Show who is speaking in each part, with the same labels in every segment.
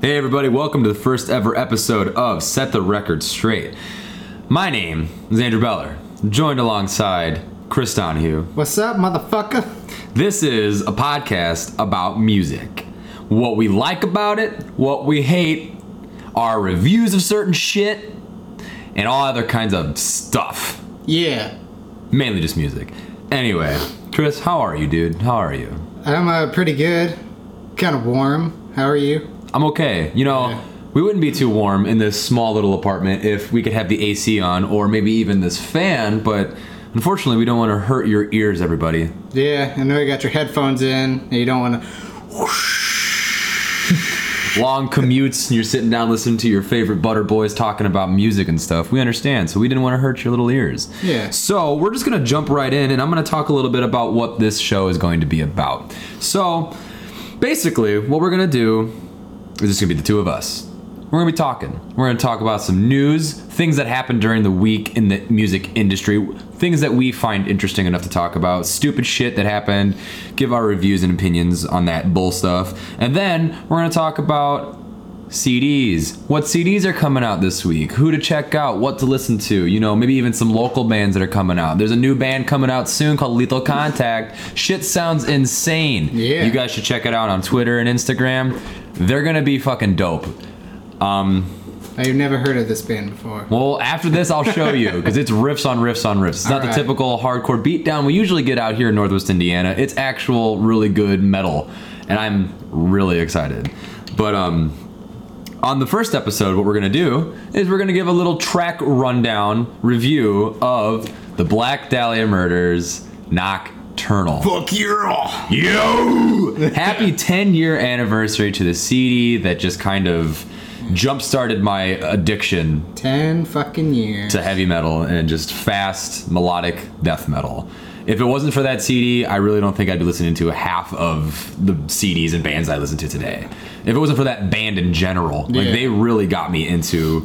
Speaker 1: Hey, everybody, welcome to the first ever episode of Set the Record Straight. My name is Andrew Beller, joined alongside Chris Donahue.
Speaker 2: What's up, motherfucker?
Speaker 1: This is a podcast about music. What we like about it, what we hate, our reviews of certain shit, and all other kinds of stuff.
Speaker 2: Yeah,
Speaker 1: Mainly just music. Anyway, Chris, how are you, dude? How are you?
Speaker 2: I'm uh, pretty good. Kind of warm. How are you?
Speaker 1: I'm okay. You know,
Speaker 2: Yeah.
Speaker 1: we wouldn't be too warm in this small little apartment if we could have the AC on or maybe even this fan, but unfortunately, we don't want to hurt your ears, everybody.
Speaker 2: Yeah, I know you got your headphones in and you don't want to.
Speaker 1: Long commutes, and you're sitting down listening to your favorite Butter Boys talking about music and stuff. We understand, so we didn't want to hurt your little ears.
Speaker 2: Yeah.
Speaker 1: So we're just gonna jump right in, and I'm gonna talk a little bit about what this show is going to be about. So, basically, what we're gonna do is just gonna be the two of us. We're gonna be talking. We're gonna talk about some news, things that happened during the week in the music industry, things that we find interesting enough to talk about, stupid shit that happened, give our reviews and opinions on that bull stuff, and then we're gonna talk about CDs. What CDs are coming out this week? Who to check out? What to listen to? You know, maybe even some local bands that are coming out. There's a new band coming out soon called Lethal Contact. Shit sounds insane.
Speaker 2: Yeah.
Speaker 1: You guys should check it out on Twitter and Instagram. They're gonna be fucking dope. Um,
Speaker 2: I've oh, never heard of this band before.
Speaker 1: well, after this, I'll show you because it's riffs on riffs on riffs. It's not
Speaker 2: Alright.
Speaker 1: the typical hardcore beatdown we usually get out here in Northwest Indiana. It's actual really good metal, and I'm really excited. But um, on the first episode, what we're gonna do is we're gonna give a little track rundown review of the Black Dahlia Murders Nocturnal.
Speaker 2: Fuck you all.
Speaker 1: Yo! Happy 10 year anniversary to the CD that just kind of jump started my addiction
Speaker 2: Ten fucking years.
Speaker 1: to heavy metal and just fast melodic death metal. If it wasn't for that CD, I really don't think I'd be listening to half of the CDs and bands I listen to today. If it wasn't for that band in general, like
Speaker 2: Yeah.
Speaker 1: they really got me into,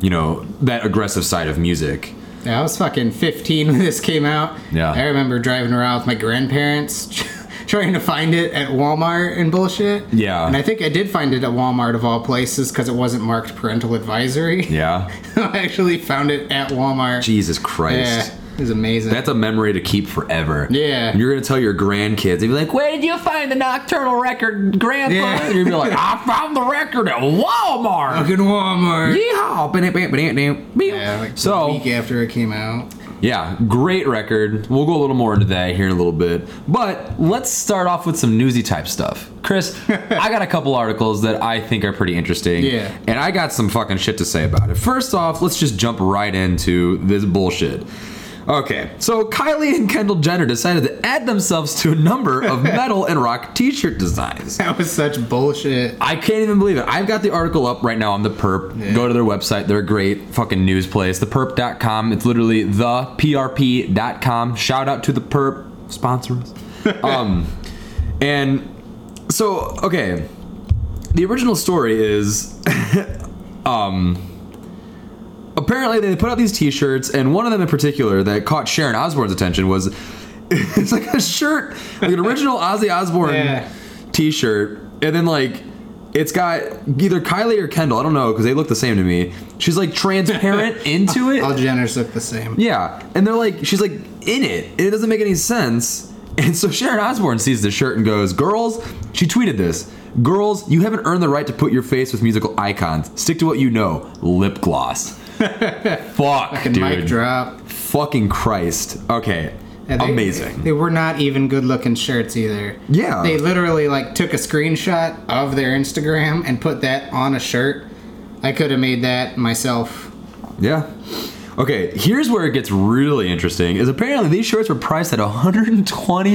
Speaker 1: you know, that aggressive side of music.
Speaker 2: Yeah, I was fucking 15 when this came out.
Speaker 1: Yeah.
Speaker 2: I remember driving around with my grandparents trying to find it at Walmart and bullshit.
Speaker 1: Yeah.
Speaker 2: And I think I did find it at Walmart of all places because it wasn't marked parental advisory.
Speaker 1: Yeah.
Speaker 2: I actually found it at Walmart.
Speaker 1: Jesus Christ.
Speaker 2: Yeah, it was amazing.
Speaker 1: That's a memory to keep forever.
Speaker 2: Yeah.
Speaker 1: And you're gonna tell your grandkids, they'd be like, Where did you find the nocturnal record, grandpa?
Speaker 2: Yeah.
Speaker 1: And you're gonna be like, I found the record at Walmart.
Speaker 2: fucking Walmart.
Speaker 1: Yeehaw! Bam, bam, bam, bam, bam.
Speaker 2: Yeah, like so,
Speaker 1: so
Speaker 2: week after it came out.
Speaker 1: yeah, great record. We'll go a little more into that here in a little bit, but let's start off with some newsy type stuff. Chris, I got a couple articles that I think are pretty interesting.
Speaker 2: Yeah.
Speaker 1: and I got some fucking shit to say about it. First off, let's just jump right into this bullshit. Okay, so Kylie and Kendall Jenner decided to add themselves to a number of metal and rock T-shirt designs.
Speaker 2: That was such bullshit.
Speaker 1: I can't even believe it. I've got the article up right now on the Perp. Go to their website. They're a great fucking news place. Theperp.com. It's literally the PRP.com. Shout out to the Perp. Sponsor us. um, and so, okay. The original story is um, apparently they put out these t-shirts and one of them in particular that caught sharon osbourne's attention was it's like a shirt like an original ozzy osbourne
Speaker 2: Yeah.
Speaker 1: t-shirt and then like it's got either kylie or kendall i don't know because they look the same to me she's like transparent into it
Speaker 2: All Jenners look the same.
Speaker 1: yeah, and they're like, she's like in it. and It doesn't make any sense. And so Sharon Osbourne sees the shirt and goes, "Girls," she tweeted this. "Girls, you haven't earned the right to put your face with musical icons. Stick to what you know. Lip gloss." Fuck,
Speaker 2: Fucking
Speaker 1: dude.
Speaker 2: mic drop.
Speaker 1: Fucking Christ. Okay,
Speaker 2: Yeah, they-
Speaker 1: amazing.
Speaker 2: They were not even good looking shirts either.
Speaker 1: Yeah.
Speaker 2: They literally like took a screenshot of their Instagram and put that on a shirt. I could have made that myself.
Speaker 1: Yeah. Okay, here's where it gets really interesting. Is apparently these shirts were priced at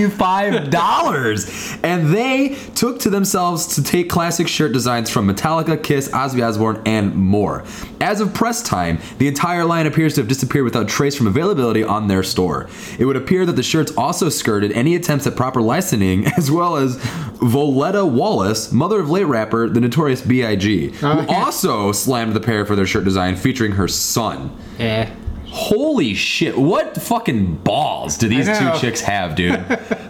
Speaker 1: $125, and they took to themselves to take classic shirt designs from Metallica, Kiss, Ozzy Osbourne, and more. As of press time, the entire line appears to have disappeared without trace from availability on their store. It would appear that the shirts also skirted any attempts at proper licensing, as well as Voletta Wallace, mother of late rapper the Notorious B.I.G., who
Speaker 2: Oh, yeah.
Speaker 1: also slammed the pair for their shirt design featuring her son.
Speaker 2: Yeah.
Speaker 1: Holy shit! What fucking balls do these
Speaker 2: know.
Speaker 1: two chicks have, dude?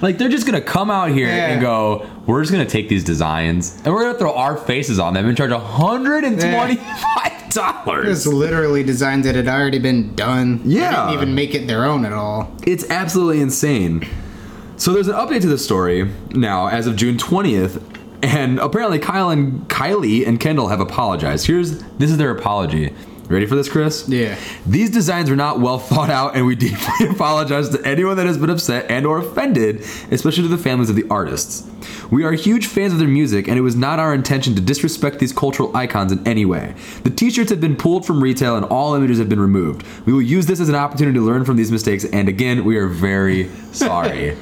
Speaker 1: like they're just gonna come out here
Speaker 2: Yeah.
Speaker 1: and go, "We're just gonna take these designs and we're gonna throw our faces on them and charge hundred and twenty-five
Speaker 2: It's
Speaker 1: dollars."
Speaker 2: literally designs that had already been done. They
Speaker 1: Yeah.
Speaker 2: didn't even make it their own at all.
Speaker 1: It's absolutely insane. So there's an update to the story now as of June 20th, and apparently Kyle and Kylie and Kendall have apologized. Here's this is their apology. Ready for this, Chris?
Speaker 2: Yeah.
Speaker 1: These designs were not well thought out, and we deeply apologize to anyone that has been upset and/or offended, especially to the families of the artists. We are huge fans of their music, and it was not our intention to disrespect these cultural icons in any way. The T-shirts have been pulled from retail, and all images have been removed. We will use this as an opportunity to learn from these mistakes, and again, we are very sorry.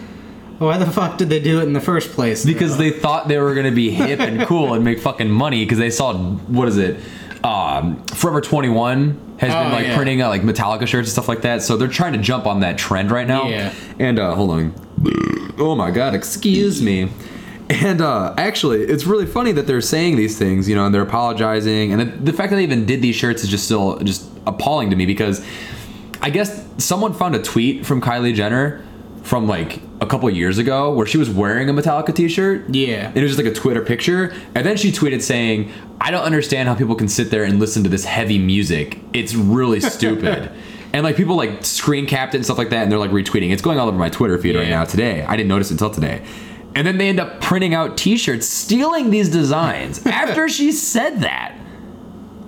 Speaker 2: Why the fuck did they do it in the first place? though?
Speaker 1: because they thought they were gonna be hip and cool and make fucking money because they saw what is it um, forever 21 has
Speaker 2: Oh,
Speaker 1: been like
Speaker 2: yeah.
Speaker 1: printing uh, like metallica shirts and stuff like that so they're trying to jump on that trend right now
Speaker 2: Yeah.
Speaker 1: and uh hold on oh my god excuse me and uh actually it's really funny that they're saying these things you know and they're apologizing and the, the fact that they even did these shirts is just still just appalling to me because I guess someone found a tweet from Kylie Jenner from like a couple years ago where she was wearing a Metallica t-shirt.
Speaker 2: Yeah.
Speaker 1: And it was just like a Twitter picture. And then she tweeted saying, I don't understand how people can sit there and listen to this heavy music. It's really stupid. and like people like screen capped it and stuff like that and they're like retweeting. It's going all over my Twitter feed right
Speaker 2: Yeah.
Speaker 1: now today. I didn't notice until today. And then they end up printing out t-shirts, stealing these designs after she said that.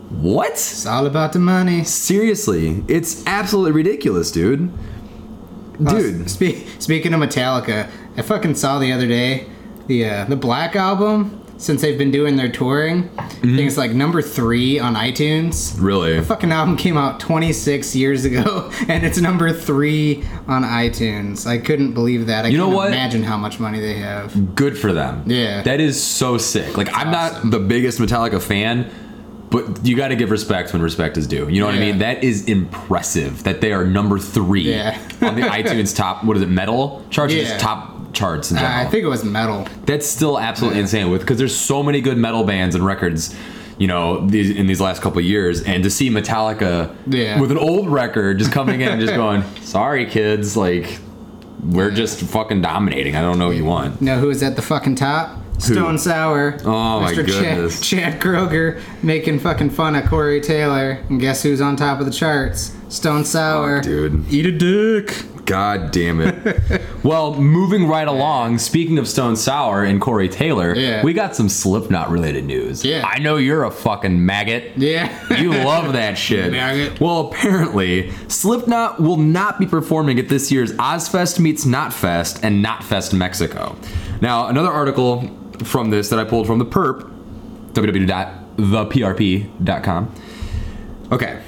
Speaker 1: What?
Speaker 2: It's all about the money.
Speaker 1: Seriously, it's absolutely ridiculous, dude. Dude,
Speaker 2: Uh, spe- speaking of Metallica, I fucking saw the other day the uh, the Black album. Since they've been doing their touring, I think it's like number three on iTunes.
Speaker 1: Mm-hmm. really?
Speaker 2: The fucking album came out 26 years ago, and it's number three on iTunes. I couldn't believe that. I
Speaker 1: You know
Speaker 2: can't
Speaker 1: what?
Speaker 2: imagine how much money they have.
Speaker 1: Good for them.
Speaker 2: Yeah.
Speaker 1: That is so sick. Like, I'm not
Speaker 2: awesome.
Speaker 1: the biggest Metallica fan, but you got to give respect when respect is due. You know what I
Speaker 2: Yeah.
Speaker 1: mean? That is impressive that they are number three
Speaker 2: Yeah.
Speaker 1: on the iTunes top, what is it, metal charts? Or
Speaker 2: Yeah.
Speaker 1: just top charts in
Speaker 2: Uh,
Speaker 1: general.
Speaker 2: I think it was metal.
Speaker 1: That's still absolutely insane with because there's so many good metal bands and records, you know, these in these last couple of years, and to see Metallica
Speaker 2: Yeah.
Speaker 1: with an old record just coming in and just going, "Sorry, kids, like we're just fucking dominating. I don't know what you want."
Speaker 2: Know who is at the fucking top? Stone Sour.
Speaker 1: Oh, my
Speaker 2: Mr.
Speaker 1: goodness.
Speaker 2: Chad, Chad Kroger making fucking fun of Corey Taylor. And guess who's on top of the charts? Stone Sour.
Speaker 1: Dude,
Speaker 2: Eat a dick.
Speaker 1: god damn it. well, moving right along, speaking of Stone Sour and Corey Taylor,
Speaker 2: Yeah.
Speaker 1: we got some Slipknot related news.
Speaker 2: Yeah.
Speaker 1: I know you're a fucking maggot.
Speaker 2: Yeah.
Speaker 1: You love that shit.
Speaker 2: Maggot.
Speaker 1: Well, apparently, Slipknot will not be performing at this year's Ozfest meets Knotfest and Knotfest Mexico. Now, another article from this that I pulled from the perp, www.theprp.com. Okay.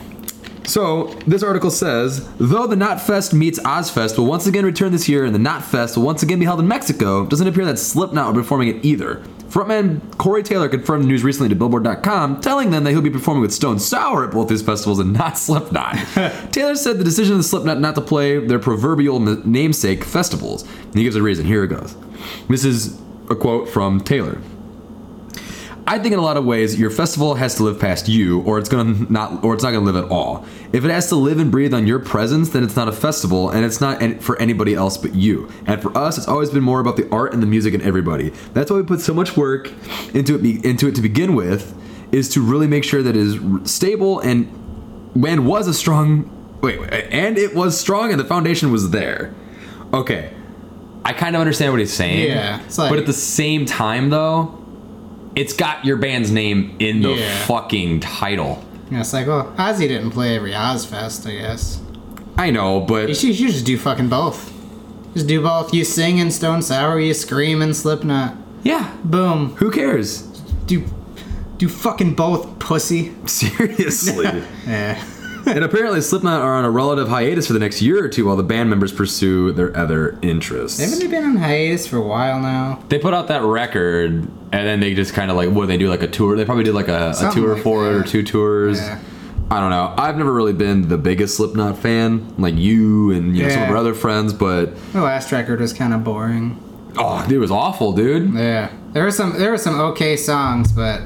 Speaker 1: So, this article says, though the Knotfest meets Ozfest will once again return this year and the Knotfest will once again be held in Mexico, it doesn't appear that Slipknot will be performing it either. Frontman Corey Taylor confirmed the news recently to Billboard.com, telling them that he'll be performing with Stone Sour at both these festivals and not Slipknot. Taylor said the decision of the Slipknot not to play their proverbial n- namesake festivals. And he gives a reason. Here it goes. This is a quote from Taylor. I think in a lot of ways your festival has to live past you, or it's gonna not, or it's not gonna live at all. If it has to live and breathe on your presence, then it's not a festival, and it's not an- for anybody else but you. And for us, it's always been more about the art and the music and everybody. That's why we put so much work into it. be- Into it to begin with, is to really make sure that it is r- stable and and was a strong. Wait, wait, and it was strong, and the foundation was there. Okay, I kind of understand what he's saying.
Speaker 2: Yeah, it's like-
Speaker 1: but at the same time, though it's got your band's name in the
Speaker 2: Yeah.
Speaker 1: fucking title.
Speaker 2: And it's like, well, Ozzy didn't play every Ozfest, I guess.
Speaker 1: I know,
Speaker 2: You
Speaker 1: but
Speaker 2: should, you should just do fucking both. Just do both. You sing in Stone Sour, you scream in Slipknot.
Speaker 1: yeah,
Speaker 2: Boom.
Speaker 1: who cares?
Speaker 2: Do do fucking both, pussy.
Speaker 1: Seriously.
Speaker 2: Yeah.
Speaker 1: and apparently, Slipknot are on a relative hiatus for the next year or two while the band members pursue their other interests.
Speaker 2: Haven't they been on hiatus for a while now?
Speaker 1: They put out that record, and then they just kind of like, what do they do? Like a tour? They probably did like a, a
Speaker 2: Something
Speaker 1: tour
Speaker 2: like
Speaker 1: for it or
Speaker 2: that.
Speaker 1: two tours.
Speaker 2: Yeah.
Speaker 1: I don't know. I've never really been the biggest Slipknot fan, like you and you know, some of
Speaker 2: Yeah.
Speaker 1: our other friends, but
Speaker 2: The last record was kind of boring.
Speaker 1: oh, it was awful, dude.
Speaker 2: Yeah, there were some there were some okay songs, but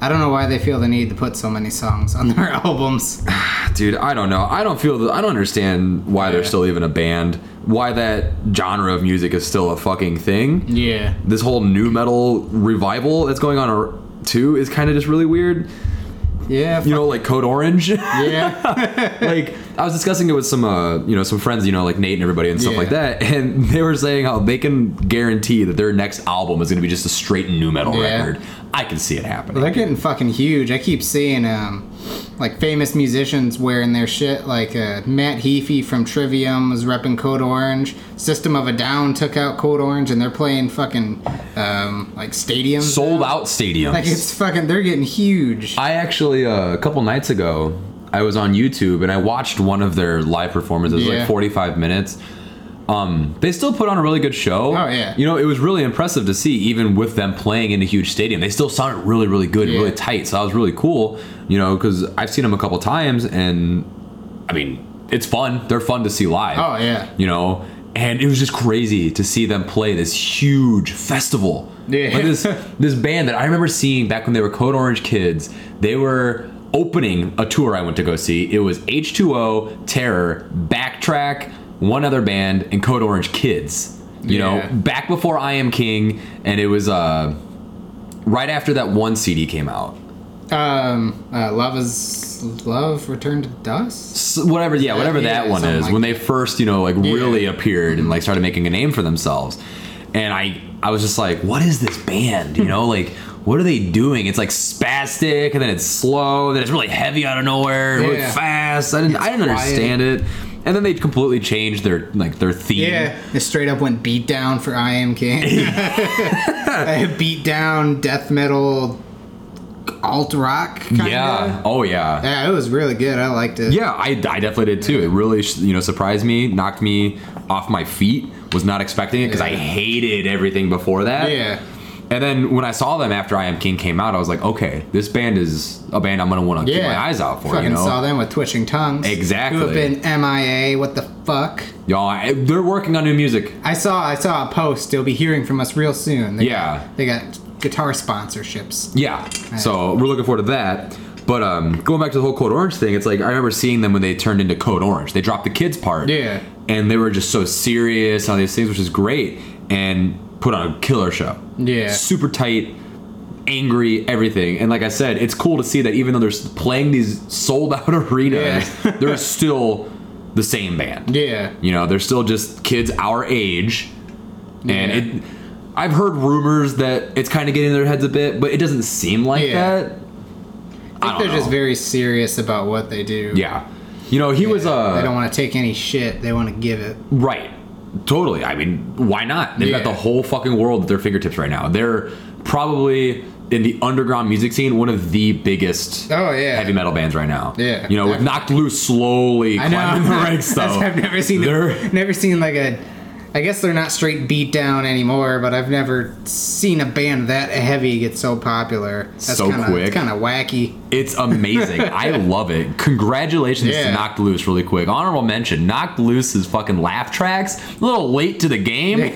Speaker 2: I don't know why they feel the need to put so many songs on their albums.
Speaker 1: dude i don't know i don't feel the, i don't understand why they're
Speaker 2: Yeah.
Speaker 1: still even a band why that genre of music is still a fucking thing
Speaker 2: Yeah.
Speaker 1: this whole new metal revival that's going on ar- too is kind of just really weird
Speaker 2: Yeah.
Speaker 1: you know like code orange
Speaker 2: yeah.
Speaker 1: like i was discussing it with some uh you know some friends you know like nate and everybody and stuff
Speaker 2: Yeah.
Speaker 1: like that and they were saying how they can guarantee that their next album is going to be just a straight new metal
Speaker 2: Yeah.
Speaker 1: record i can see it happening
Speaker 2: They're getting fucking huge. I keep seeing um like famous musicians wearing their shit like uh, Matt Heafy from Trivium was repping Code Orange. System of a Down took out Code Orange and they're playing fucking um like stadiums.
Speaker 1: sold out stadiums
Speaker 2: Like it's fucking they're getting huge.
Speaker 1: I actually uh, a couple nights ago, I was on YouTube and I watched one of their live performances. It was
Speaker 2: Yeah.
Speaker 1: like 45 minutes. Um, they still put on a really good show.
Speaker 2: Oh, yeah.
Speaker 1: You know, it was really impressive to see, even with them playing in a huge stadium. They still sounded really, really good, and
Speaker 2: Yeah.
Speaker 1: really tight. So that was really cool. You know, because I've seen them a couple times, and I mean, it's fun. They're fun to see live
Speaker 2: Oh yeah.
Speaker 1: you know and it was just crazy to see them play this huge festival
Speaker 2: Yeah.
Speaker 1: Like this this band that i remember seeing back when they were code orange kids they were opening a tour i went to go see it was h2o terror backtrack one other band and code orange kids you
Speaker 2: Yeah.
Speaker 1: know back before i am king and it was uh right after that one cd came out
Speaker 2: Um uh, Love is Love Return to Dust?
Speaker 1: S- whatever yeah whatever
Speaker 2: yeah,
Speaker 1: that one
Speaker 2: something
Speaker 1: is
Speaker 2: like
Speaker 1: when they first you know like really appeared and like started making a name for themselves and i i was just like what is this band
Speaker 2: Hmm.
Speaker 1: you know like what are they doing it's like spastic and then it's slow then it's really heavy out of nowhere and really
Speaker 2: Yeah.
Speaker 1: fast i didn't i didn't
Speaker 2: quiet.
Speaker 1: understand it and then they completely changed their like their theme
Speaker 2: Yeah, it straight up went beat down for I Am King. I beat down death metal alt rock. Kinda.
Speaker 1: yeah oh yeah
Speaker 2: Yeah, it was really good. I liked it.
Speaker 1: Yeah, I, I definitely did too. It really, sh- you know, surprised me, knocked me off my feet. Was not expecting it because I
Speaker 2: Yeah.
Speaker 1: hated everything before that.
Speaker 2: Yeah.
Speaker 1: And then when I saw them after I Am King came out, I was like, okay, this band is a band I'm gonna want to
Speaker 2: Yeah.
Speaker 1: keep my eyes out for.
Speaker 2: Fucking
Speaker 1: You know,
Speaker 2: saw them with twitching tongues.
Speaker 1: Exactly.
Speaker 2: Who have been MIA. What the fuck?
Speaker 1: y'all, I, they're working on new music.
Speaker 2: I saw I saw a post. You'll be hearing from us real soon. They
Speaker 1: Yeah.
Speaker 2: Got, they got guitar sponsorships.
Speaker 1: Yeah. So we're looking forward to that. But um, going back to the whole Code Orange thing, it's like I remember seeing them when they turned into Code Orange. They dropped the kids part.
Speaker 2: Yeah.
Speaker 1: And they were just so serious and all these things, which is great, and put on a killer show.
Speaker 2: Yeah.
Speaker 1: Super tight, angry, everything. And like I said, it's cool to see that even though they're s- playing these sold out arenas,
Speaker 2: Yeah.
Speaker 1: they're still the same band.
Speaker 2: Yeah.
Speaker 1: You know, they're still just kids our age, and
Speaker 2: Yeah.
Speaker 1: it. I've heard rumors that it's kind of getting in their heads a bit, but it doesn't seem like
Speaker 2: Yeah.
Speaker 1: that.
Speaker 2: I
Speaker 1: don't
Speaker 2: think they're just
Speaker 1: know.
Speaker 2: very serious about what they do.
Speaker 1: Yeah, you know, he was uh,
Speaker 2: they don't want to take any shit. They want to give it.
Speaker 1: Right. Totally. I mean, why not? They've got
Speaker 2: Yeah.
Speaker 1: the whole fucking world at their fingertips right now. They're probably in the underground music scene one of the biggest
Speaker 2: Oh, yeah.
Speaker 1: heavy metal bands right now.
Speaker 2: Yeah,
Speaker 1: You know, with
Speaker 2: definitely.
Speaker 1: Knocked Loose slowly
Speaker 2: I know.
Speaker 1: climbing the ranks
Speaker 2: That's-
Speaker 1: though.
Speaker 2: I've never seen them,
Speaker 1: They're-
Speaker 2: never seen like a. I guess they're not straight beat down anymore, but I've never seen a band that heavy get so popular. That's
Speaker 1: So
Speaker 2: kinda,
Speaker 1: quick.
Speaker 2: kind of wacky.
Speaker 1: It's amazing. I love it. Congratulations to
Speaker 2: Yeah.
Speaker 1: Knocked Loose really quick. Honorable mention, Knocked Loose is fucking laugh tracks. A little late to the game.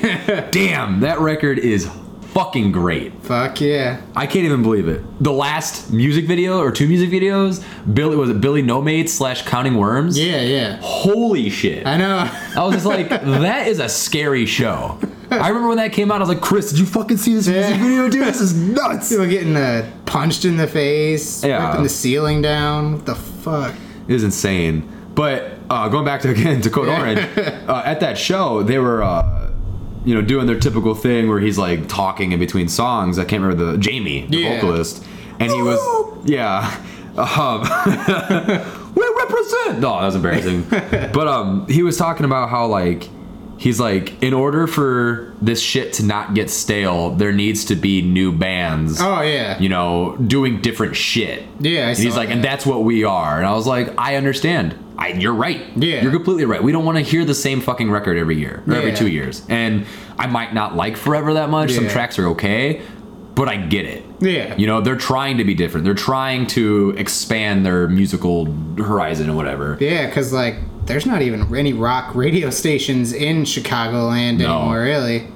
Speaker 1: Damn, that record is fucking great.
Speaker 2: Fuck yeah!
Speaker 1: I can't even believe it. The last music video or two music videos, Billy was it Billy No Mate slash Counting Worms?
Speaker 2: Yeah, yeah.
Speaker 1: Holy shit.
Speaker 2: I
Speaker 1: I,
Speaker 2: know.
Speaker 1: was just like, that is a scary show. I remember when that came out, I was like, Chris, did you fucking see this music
Speaker 2: Yeah.
Speaker 1: video, dude? This is nuts.
Speaker 2: People getting uh, punched in the face,
Speaker 1: Yeah.
Speaker 2: ripping the ceiling down. What the fuck?
Speaker 1: It was insane. But uh, going back to again to Code Orange, uh, at that show they were, uh, you know, doing their typical thing where he's like talking in between songs. I can't remember the Jamie, the
Speaker 2: Yeah. Oh.
Speaker 1: vocalist, and he was yeah. Um, we represent. No, that was embarrassing. but um, he was talking about how like he's like in order for this shit to not get stale, there needs to be new bands
Speaker 2: Oh yeah.
Speaker 1: you know, doing different shit.
Speaker 2: Yeah, I
Speaker 1: and he's
Speaker 2: saw
Speaker 1: like,
Speaker 2: that.
Speaker 1: and that's what we are. And I was like, I understand. I, you're right.
Speaker 2: Yeah.
Speaker 1: you're completely right. We don't want to hear the same fucking record every year or every
Speaker 2: Yeah.
Speaker 1: two years. And I might not like Forever that much. Some
Speaker 2: Yeah.
Speaker 1: tracks are okay, but I get it.
Speaker 2: Yeah.
Speaker 1: You know, they're trying to be different. They're trying to expand their musical horizon and whatever.
Speaker 2: Yeah, because like there's not even any rock radio stations in Chicagoland
Speaker 1: No.
Speaker 2: anymore, really.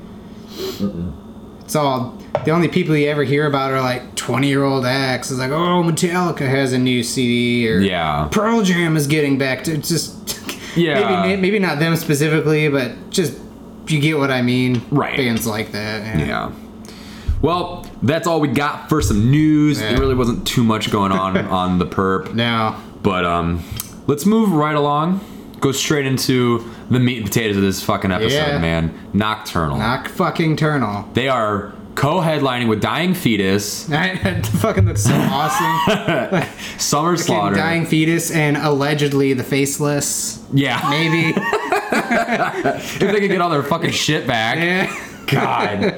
Speaker 2: It's all the only people you ever hear about are like twenty year old acts is like, oh, Metallica has a new CD or
Speaker 1: Yeah.
Speaker 2: Pearl Jam is getting back to it's just
Speaker 1: Yeah.
Speaker 2: maybe maybe not them specifically, but just you get what I mean.
Speaker 1: Right.
Speaker 2: Bands like that.
Speaker 1: Yeah. Well, that's all we got for some news.
Speaker 2: Yeah.
Speaker 1: There really wasn't too much going on on the perp,
Speaker 2: Now
Speaker 1: but um, let's move right along. Go straight into the meat and potatoes of this fucking episode,
Speaker 2: Yeah.
Speaker 1: man. Nocturnal.
Speaker 2: knock fucking turnal.
Speaker 1: they are co-headlining with Dying Fetus,
Speaker 2: That fucking looks so awesome.
Speaker 1: Summer
Speaker 2: Fucking
Speaker 1: Slaughter.
Speaker 2: dying fetus and allegedly the faceless.
Speaker 1: yeah.
Speaker 2: Maybe.
Speaker 1: if they could get all their fucking shit back.
Speaker 2: yeah.
Speaker 1: God.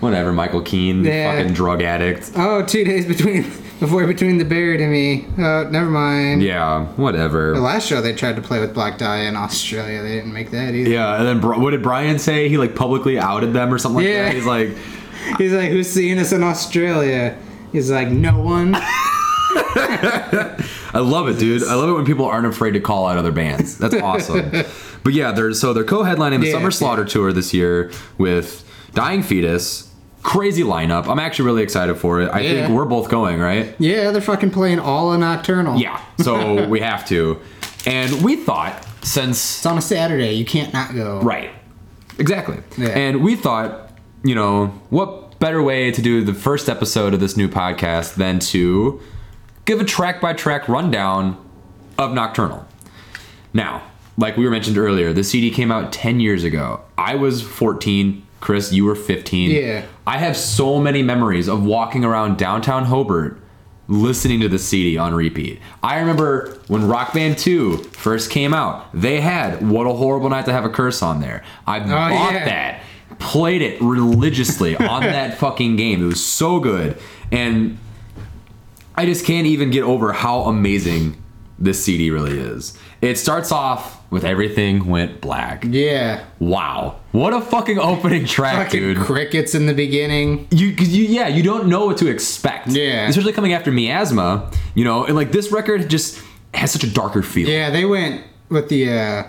Speaker 1: Whatever, Michael Keane,
Speaker 2: Yeah.
Speaker 1: fucking drug addict.
Speaker 2: Oh, two days between before between the beard and me. Oh, never mind.
Speaker 1: Yeah, whatever.
Speaker 2: The last show they tried to play with Black Dahlia in Australia, they didn't make that either.
Speaker 1: Yeah, and then Bri- what did Brian say? He like publicly outed them or something like
Speaker 2: Yeah.
Speaker 1: that. He's like,
Speaker 2: He's like, "Who's seeing us in Australia?" He's like, "No one."
Speaker 1: I love it, dude. I love it when people aren't afraid to call out other bands. That's awesome. but yeah, they're so they're co-headlining the
Speaker 2: Yeah,
Speaker 1: Summer Slaughter tour this year with Dying Fetus. Crazy lineup. I'm actually really excited for it. I
Speaker 2: Yeah.
Speaker 1: think we're both going, right?
Speaker 2: yeah, they're fucking playing all a nocturnal.
Speaker 1: Yeah. So we have to. And we thought since
Speaker 2: it's on a Saturday. You can't not go.
Speaker 1: Right. Exactly.
Speaker 2: Yeah.
Speaker 1: And we thought, you know, what better way to do the first episode of this new podcast than to give a track by track rundown of Nocturnal. Now, like we were mentioned earlier, the CD came out 10 years ago. I was 14. Chris, you were 15.
Speaker 2: Yeah.
Speaker 1: I have so many memories of walking around downtown Hobart listening to the CD on repeat. I remember when Rock Band 2 first came out, they had What a Horrible Night to Have a Curse on there. I bought
Speaker 2: Oh, yeah.
Speaker 1: that, played it religiously on that fucking game. It was so good. And I just can't even get over how amazing this CD really is. It starts off with everything went black.
Speaker 2: Yeah.
Speaker 1: Wow, what a fucking opening track,
Speaker 2: Fucking
Speaker 1: dude!
Speaker 2: crickets in the beginning.
Speaker 1: you, 'cause you, yeah, you don't know what to expect.
Speaker 2: Yeah.
Speaker 1: especially coming after Miasma, you know, and like this record just has such a darker feel.
Speaker 2: Yeah, they went with the uh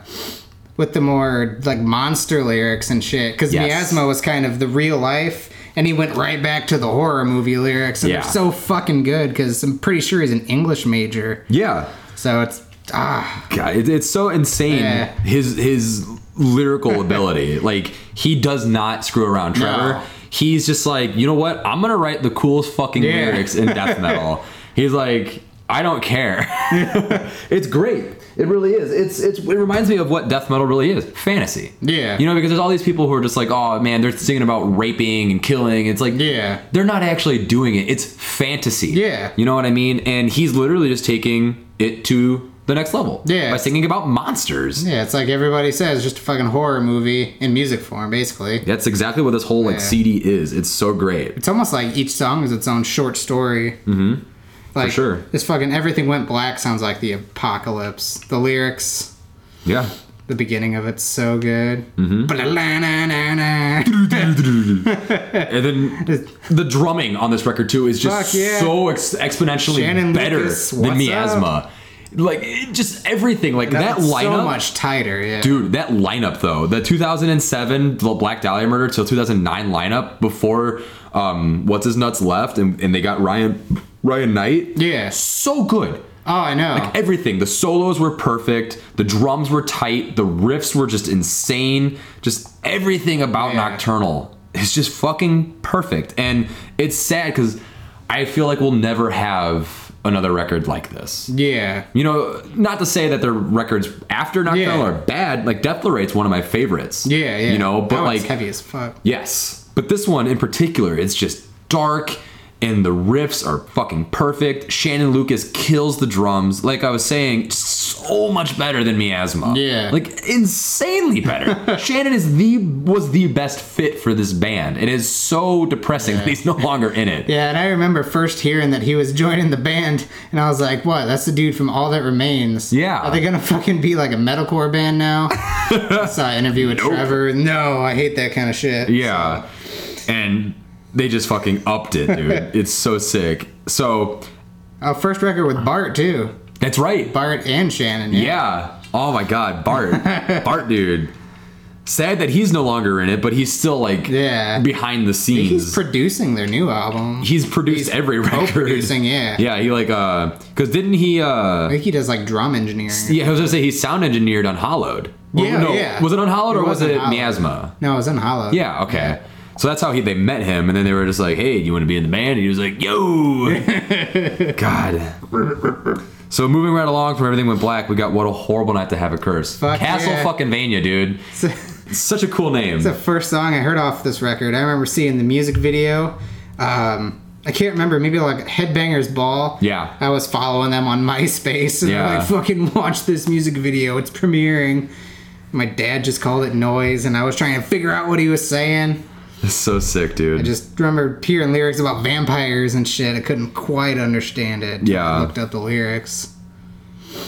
Speaker 2: with the more like monster lyrics and shit cuz
Speaker 1: Yes.
Speaker 2: Miasma was kind of the real life and he went right back to the horror movie lyrics and
Speaker 1: Yeah.
Speaker 2: they're so fucking good cuz I'm pretty sure he's an English major.
Speaker 1: yeah.
Speaker 2: So it's ah
Speaker 1: God, it, it's so insane.
Speaker 2: Yeah.
Speaker 1: His his lyrical ability, like he does not screw around, Trevor.
Speaker 2: No.
Speaker 1: He's just like, you know what? I'm gonna write the coolest fucking lyrics in death metal. He's like, I don't care. it's great. It really is. It's it's it reminds me of what death metal really is. Fantasy.
Speaker 2: Yeah.
Speaker 1: You know, because there's all these people who are just like, oh man, they're singing about raping and killing. It's like,
Speaker 2: Yeah.
Speaker 1: they're not actually doing it. It's fantasy.
Speaker 2: Yeah.
Speaker 1: You know what I mean? And he's literally just taking it to the next level.
Speaker 2: Yeah.
Speaker 1: By singing about monsters.
Speaker 2: yeah, it's like everybody says just a fucking horror movie in music form basically.
Speaker 1: That's exactly what this whole like
Speaker 2: Yeah.
Speaker 1: CD is. It's so great.
Speaker 2: It's almost like each song is its own short story. Mhm. Like
Speaker 1: Mm-hmm. sure.
Speaker 2: This fucking everything went black sounds like the apocalypse. The lyrics
Speaker 1: Yeah.
Speaker 2: The beginning of it's so good. Mm-hmm.
Speaker 1: And then the drumming on this record too is just
Speaker 2: Fuck yeah.
Speaker 1: so ex- exponentially
Speaker 2: Shannon
Speaker 1: better
Speaker 2: Lucas,
Speaker 1: than
Speaker 2: what's
Speaker 1: Miasma.
Speaker 2: up?
Speaker 1: Like it- just everything. Like that lineup.
Speaker 2: so much tighter. Yeah,
Speaker 1: Dude, that lineup though, the 2007 the Black Dahlia murder till 2009 lineup before um, what's his nuts left and, and they got Ryan Ryan Knight.
Speaker 2: Yeah.
Speaker 1: So good.
Speaker 2: Oh, I know.
Speaker 1: Everything. The solos were perfect. The drums were tight. The riffs were just insane. Just everything about
Speaker 2: Yeah.
Speaker 1: Nocturnal is just fucking perfect. And it's sad because I feel like we'll never have another record like this.
Speaker 2: yeah.
Speaker 1: You know, not to say that their records after Nocturnal
Speaker 2: Yeah.
Speaker 1: are bad. Like Deflarate's one of my favorites.
Speaker 2: Yeah. Yeah.
Speaker 1: You know, but
Speaker 2: That one's
Speaker 1: like
Speaker 2: heavy as fuck.
Speaker 1: yes, but this one in particular, it's just dark, and the riffs are fucking perfect. Shannon Lucas kills the drums. Like I was saying, so much better than Miasma.
Speaker 2: Yeah.
Speaker 1: like insanely better. Shannon is the was the best fit for this band. It is so depressing that he's no longer in it.
Speaker 2: Yeah, and I remember first hearing that he was joining the band, and I was like, "What? That's the dude from All That Remains."
Speaker 1: Yeah.
Speaker 2: Are they gonna fucking be like a metalcore band now? I saw an interview with Trevor. No, I hate that kind of shit.
Speaker 1: Yeah. And they just fucking upped it, dude. it's so sick. So
Speaker 2: Uh, first record with Bart too.
Speaker 1: that's right.
Speaker 2: Bart and Shannon.
Speaker 1: Yeah. Oh my god, Bart. Bart dude. Sad that he's no longer in it, but he's still like
Speaker 2: Yeah.
Speaker 1: behind the scenes.
Speaker 2: He's producing their new album.
Speaker 1: He's produced
Speaker 2: he's
Speaker 1: every record.
Speaker 2: co-producing, yeah.
Speaker 1: Yeah, he like uh because didn't he uh
Speaker 2: I think he does like drum engineering.
Speaker 1: yeah, I was gonna say he sound engineered on Hollowed. Well,
Speaker 2: Yeah,
Speaker 1: no,
Speaker 2: yeah.
Speaker 1: Was it on Hollowed
Speaker 2: It
Speaker 1: or was
Speaker 2: was on
Speaker 1: it
Speaker 2: Hollowed.
Speaker 1: Miasma?
Speaker 2: No, it was in Hollow.
Speaker 1: Yeah, okay. So that's how he they met him, and then they were just like, "Hey, do you want to be in the band?" And he was like, "Yo, God." So moving right along from everything went black, we got what a horrible night to have a curse.
Speaker 2: Fuck
Speaker 1: Castle
Speaker 2: yeah.
Speaker 1: fucking Vania, dude.
Speaker 2: It's
Speaker 1: It's such a cool name.
Speaker 2: the first song I heard off this record. I remember seeing the music video. Um, I can't remember, maybe like Headbangers Ball.
Speaker 1: Yeah.
Speaker 2: I was following them on MySpace and
Speaker 1: Yeah.
Speaker 2: yeah. like, fucking watch this music video. It's premiering. My dad just called it noise and I was trying to figure out what he was saying.
Speaker 1: It's so sick, dude.
Speaker 2: I just remembered hearing lyrics about vampires and shit. I couldn't quite understand it.
Speaker 1: Yeah.
Speaker 2: I looked up the lyrics.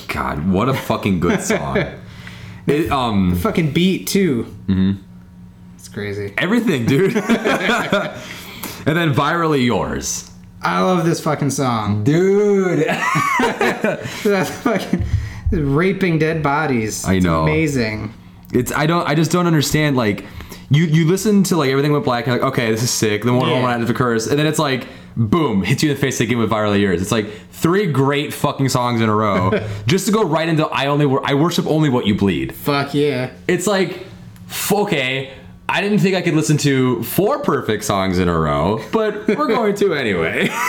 Speaker 1: God, what a fucking good song. it, um.
Speaker 2: Fucking beat too. Mm-hmm. It's crazy.
Speaker 1: everything, dude. and then virally yours,
Speaker 2: I love this fucking song.
Speaker 1: dude.
Speaker 2: That's fucking raping dead bodies.
Speaker 1: I
Speaker 2: It's
Speaker 1: know.
Speaker 2: amazing.
Speaker 1: It's I don't I just don't understand like you you listen to like everything went black and like okay this is sick then one
Speaker 2: Yeah.
Speaker 1: yeah. one out occurs and then it's like boom hits you in the face again with virally yours it's like three great fucking songs in a row just to go right into I only wor- I worship only what you bleed
Speaker 2: Fuck yeah.
Speaker 1: it's like f- okay. I didn't think I could listen to four perfect songs in a row, but we're going to anyway.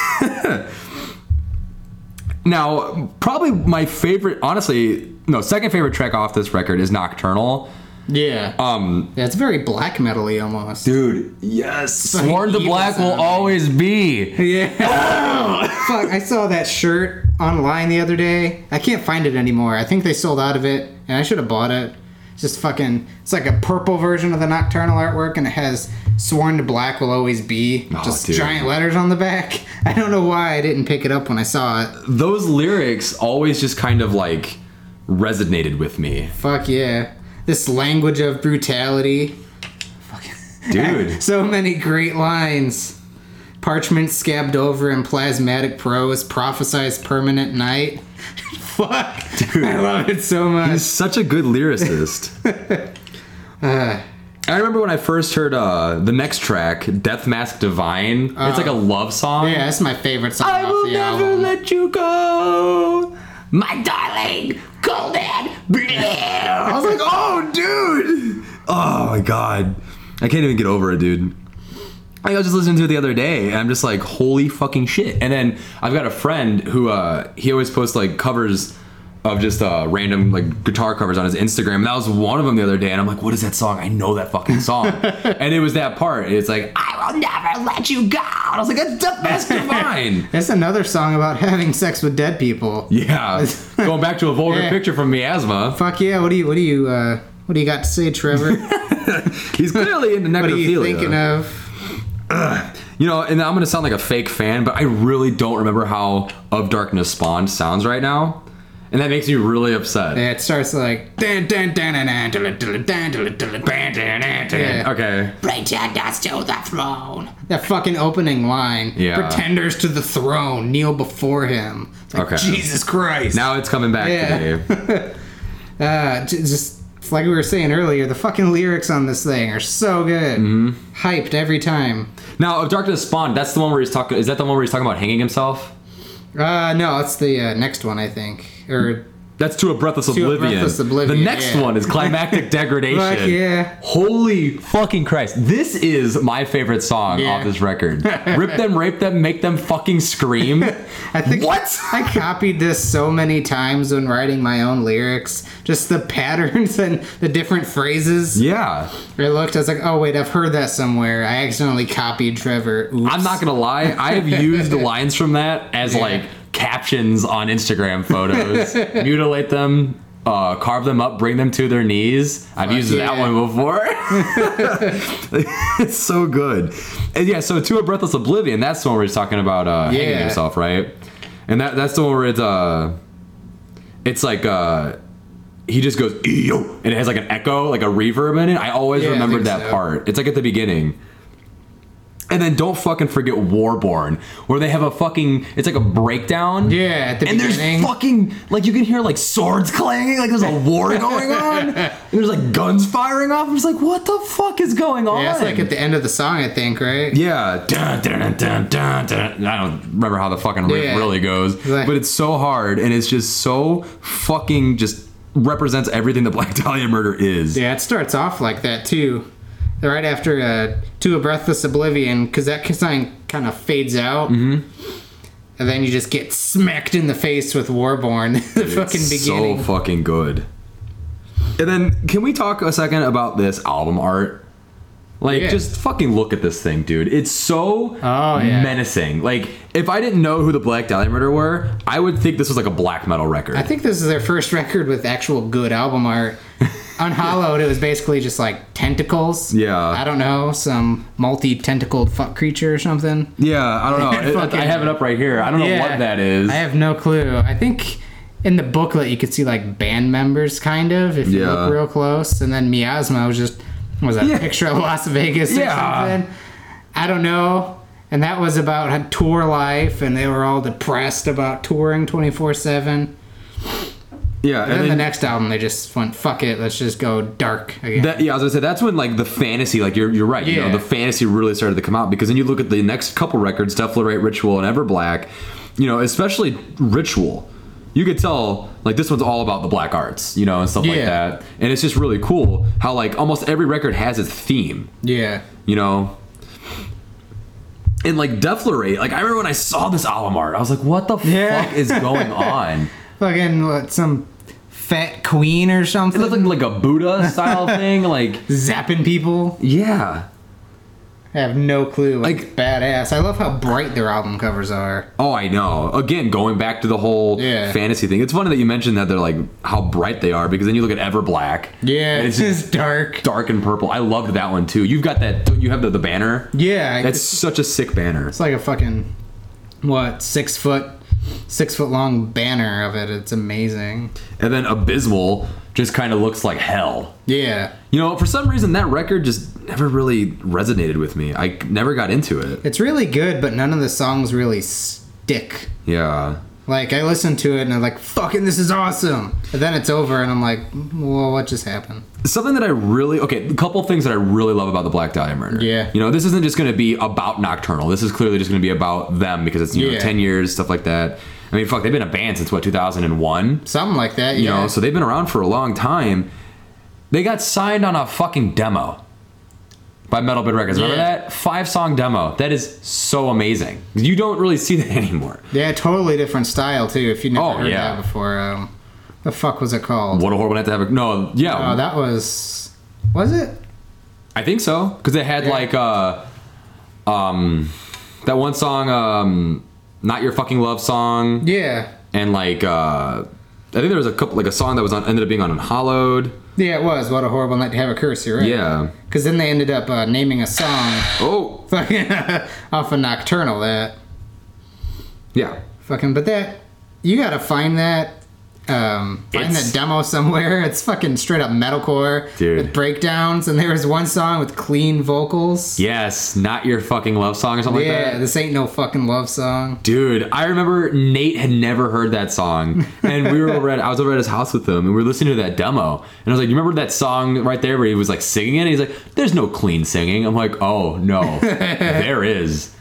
Speaker 1: now, probably my favorite, honestly, no, second favorite track off this record is Nocturnal.
Speaker 2: Yeah.
Speaker 1: Um,
Speaker 2: yeah, it's very black metal y almost.
Speaker 1: dude, yes. Sworn to
Speaker 2: Evil
Speaker 1: Black will
Speaker 2: sounding.
Speaker 1: always be.
Speaker 2: Yeah. Fuck, I saw that shirt online the other day. I can't find it anymore. I think they sold out of it, and I should have bought it. It's just fucking. It's like a purple version of the Nocturnal artwork, and it has "Sworn to Black will always be"
Speaker 1: Oh,
Speaker 2: just
Speaker 1: dude.
Speaker 2: giant letters on the back. I don't know why I didn't pick it up when I saw it.
Speaker 1: Those lyrics always just kind of like resonated with me,
Speaker 2: Fuck yeah, this language of brutality.
Speaker 1: dude.
Speaker 2: So many great lines. Parchment scabbed over in plasmatic prose prophesies permanent night. Fuck. I love it so much.
Speaker 1: He's such a good lyricist. I remember when I first heard uh, the next track, Death Mask Divine. it's like a love song.
Speaker 2: Uh, Yeah, that's my favorite song
Speaker 1: I
Speaker 2: off
Speaker 1: will
Speaker 2: the
Speaker 1: never
Speaker 2: album.
Speaker 1: let you go, my darling, cold and blue. I was like, oh, dude. Oh my god, I can't even get over it, dude. Like, I was just listening to it the other day, and I'm just like, holy fucking shit. And then I've got a friend who uh, he always posts like covers of just uh, random like guitar covers on his Instagram. And that was one of them the other day, and I'm like, what is that song? I know that fucking song. and it was that part. It's like, I will never let you go. And I was like, that's the best divine.
Speaker 2: That's another song about having sex with dead people.
Speaker 1: Yeah, going back to a vulgar
Speaker 2: Yeah.
Speaker 1: picture from Miasma,
Speaker 2: Fuck yeah, what do you what do you uh what do you got to say, Trevor? what
Speaker 1: he's clearly into necrophilia.
Speaker 2: are you thinking of?
Speaker 1: You know, and I'm gonna sound like a fake fan, but I really don't remember how Of Darkness Spawned sounds right now, and that makes me really upset.
Speaker 2: Yeah, it starts like dun dun dun dun dun dun dun dun dun dun dun dun dun.
Speaker 1: Okay.
Speaker 3: Pretend us to the throne.
Speaker 2: That fucking opening line.
Speaker 1: Yeah.
Speaker 2: Pretenders to the throne, kneel before him. It's Like,
Speaker 1: Okay.
Speaker 2: Jesus Christ.
Speaker 1: Now it's coming back
Speaker 2: Yeah.
Speaker 1: to me.
Speaker 2: Uh, j- just it's like we were saying earlier, the fucking lyrics on this thing are so good.
Speaker 1: Mm-hmm.
Speaker 2: Hyped every time.
Speaker 1: Now, Of Darkness Spawned, that's the one where he's talking. Is that the one where he's talking about hanging himself?
Speaker 2: Uh, no, it's the uh, next one, I think. Or
Speaker 1: That's to a breathless
Speaker 2: a
Speaker 1: oblivion.
Speaker 2: Breathless Oblivion,
Speaker 1: The next
Speaker 2: yeah.
Speaker 1: one is climactic degradation.
Speaker 2: Fuck yeah.
Speaker 1: Holy fucking Christ! This is my favorite song
Speaker 2: Yeah.
Speaker 1: off this record. Rip them, rape them, make them fucking scream.
Speaker 2: I think
Speaker 1: What?
Speaker 2: I copied this so many times when writing my own lyrics. Just the patterns and the different phrases.
Speaker 1: yeah,
Speaker 2: I looked, I was like, oh wait, I've heard that somewhere. I accidentally copied Trevor. Oops.
Speaker 1: I'm not gonna lie. I have used lines from that as like captions on Instagram photos. Mutilate them, uh, carve them up, bring them to their knees. I've used that
Speaker 2: yeah.
Speaker 1: one before. it's so good. And yeah, so to a breathless oblivion. That's the one where he's talking about uh, hanging
Speaker 2: Yeah.
Speaker 1: himself, right? And that that's the one where it's uh, it's like uh. He just goes yo, and it has like an echo, like a reverb in it. I always
Speaker 2: Yeah, I
Speaker 1: remembered
Speaker 2: think
Speaker 1: that
Speaker 2: so.
Speaker 1: part. It's like at the beginning. And then don't fucking forget Warborn, where they have a fucking it's like a breakdown.
Speaker 2: Yeah, at the
Speaker 1: and there's
Speaker 2: beginning.
Speaker 1: fucking like you can hear like swords clanging, like there's a war going on, and there's like guns firing off. I'm just like, what the fuck is going on?
Speaker 2: Yeah, it's like at the end of the song, I think, right?
Speaker 1: Yeah. Dun, dun, dun, dun, dun, dun. I don't remember how the fucking riff
Speaker 2: Yeah.
Speaker 1: really goes,
Speaker 2: Like-
Speaker 1: but it's so hard and it's just so fucking just represents everything the Black Dahlia murder is.
Speaker 2: Yeah, it starts off like that too. Right after uh, "To a Breathless Oblivion," because that sign kind of fades out, mm-hmm. and then you just get smacked in the face with "Warborn." the fucking
Speaker 1: It's
Speaker 2: beginning.
Speaker 1: So fucking good. And then can we talk a second about this album art? Like
Speaker 2: Yeah.
Speaker 1: just fucking look at this thing, dude. It's so
Speaker 2: Oh, yeah.
Speaker 1: menacing. Like if I didn't know who the Black Dahlia Murder were, I would think this was like a black metal record.
Speaker 2: I think this is their first record with actual good album art. Unhollowed, it was basically just like tentacles.
Speaker 1: Yeah.
Speaker 2: I don't know, some multi-tentacled fuck creature or something.
Speaker 1: yeah, I don't know. It-
Speaker 2: Fucking-
Speaker 1: I have it up right here. I don't know what that is.
Speaker 2: I have no clue. I think in the booklet you could see like band members, kind of, if you
Speaker 1: Yeah.
Speaker 2: look real close. And then Miasma was just was that
Speaker 1: Yeah.
Speaker 2: a picture of Las Vegas
Speaker 1: Yeah.
Speaker 2: or something. I don't know. And that was about her tour life, and they were all depressed about touring twenty four seven.
Speaker 1: yeah, and
Speaker 2: Then the
Speaker 1: then-
Speaker 2: next album, they just went fuck it, let's just go dark again.
Speaker 1: That, yeah, I was gonna say that's when like the fantasy, like you're you're right. You know,
Speaker 2: Yeah.
Speaker 1: the fantasy really started to come out because then you look at the next couple records, Deflagrate, Ritual, and Everblack. You know, especially Ritual. You could tell like this one's all about the black arts, you know, and stuff like
Speaker 2: Yeah.
Speaker 1: that. And it's just really cool how like almost every record has its theme
Speaker 2: yeah,
Speaker 1: you know and like Deflorate, like I remember when I saw this album art, I was like, "What the
Speaker 2: Yeah.
Speaker 1: fuck is going on?"
Speaker 2: fucking what, some fat queen or
Speaker 1: It
Speaker 2: something
Speaker 1: looked like, like a Buddha style thing, like
Speaker 2: zapping people.
Speaker 1: yeah.
Speaker 2: I have no clue. Like
Speaker 1: Like-
Speaker 2: badass. I love how bright their album covers are.
Speaker 1: Oh, I know. Again, going back to the whole
Speaker 2: Yeah.
Speaker 1: fantasy thing, it's funny that you mentioned that they're like how bright they are because then you look at Everblack,
Speaker 2: Yeah,
Speaker 1: and
Speaker 2: it's
Speaker 1: it's just
Speaker 2: just dark.
Speaker 1: dark and purple. I loved that one too. You've got that. Don't you have the, the banner?
Speaker 2: Yeah,
Speaker 1: that's
Speaker 2: it's,
Speaker 1: such a sick banner.
Speaker 2: it's like a fucking what six foot, six foot long banner of it. It's amazing.
Speaker 1: And then Abysmal just kind of looks like hell.
Speaker 2: Yeah,
Speaker 1: You know, for some reason that record just never really resonated with me. I never got into it.
Speaker 2: it's really good, but none of the songs really stick.
Speaker 1: Yeah.
Speaker 2: Like I listened to it and I'm like, "Fucking, this is awesome!" And then it's over, and I'm like, "Well, what just happened?"
Speaker 1: Something that I really okay, a couple things that I really love about the Black Dahlia murder.
Speaker 2: Yeah.
Speaker 1: You know, this isn't just gonna be about Nocturnal. This is clearly just gonna be about them because it's you know
Speaker 2: Yeah.
Speaker 1: ten years, stuff like that. I mean fuck, they've been a band since what, two thousand and one?
Speaker 2: Something like that.
Speaker 1: You
Speaker 2: Yeah.
Speaker 1: know, so they've been around for a long time. They got signed on a fucking demo by Metal Bid Records. Remember
Speaker 2: Yeah.
Speaker 1: that? Five song demo. That is so amazing. You don't really see that anymore.
Speaker 2: yeah, totally different style too. If you never
Speaker 1: Oh,
Speaker 2: heard
Speaker 1: yeah.
Speaker 2: that before, um, the fuck was it called?
Speaker 1: What a horrible night to have a no, yeah.
Speaker 2: Oh, that was was it?
Speaker 1: I think so because it had
Speaker 2: Yeah.
Speaker 1: like uh, um, that one song, um, not your fucking love song,
Speaker 2: Yeah,
Speaker 1: and like uh, I think there was a couple like a song that was on ended up being on Unhollowed.
Speaker 2: yeah, it was. What a horrible night to have a curse. You're right.
Speaker 1: Yeah.
Speaker 2: Because then they ended up uh, naming a song
Speaker 1: Oh.
Speaker 2: fucking off of Nocturnal that
Speaker 1: Yeah.
Speaker 2: fucking. But that you gotta find that. Um, find
Speaker 1: It's-
Speaker 2: that demo somewhere. It's fucking straight up metalcore
Speaker 1: Dude.
Speaker 2: with breakdowns, and there was one song with clean vocals.
Speaker 1: Yes, not your fucking love song or something like
Speaker 2: yeah,
Speaker 1: that.
Speaker 2: this ain't no fucking love song.
Speaker 1: Dude, I remember Nate had never heard that song, and we were over at I was over at his house with him, and we were listening to that demo, and I was like, "You remember that song right there where he was like singing it?" And he's like, "There's no clean singing." I'm like, "Oh no, there is."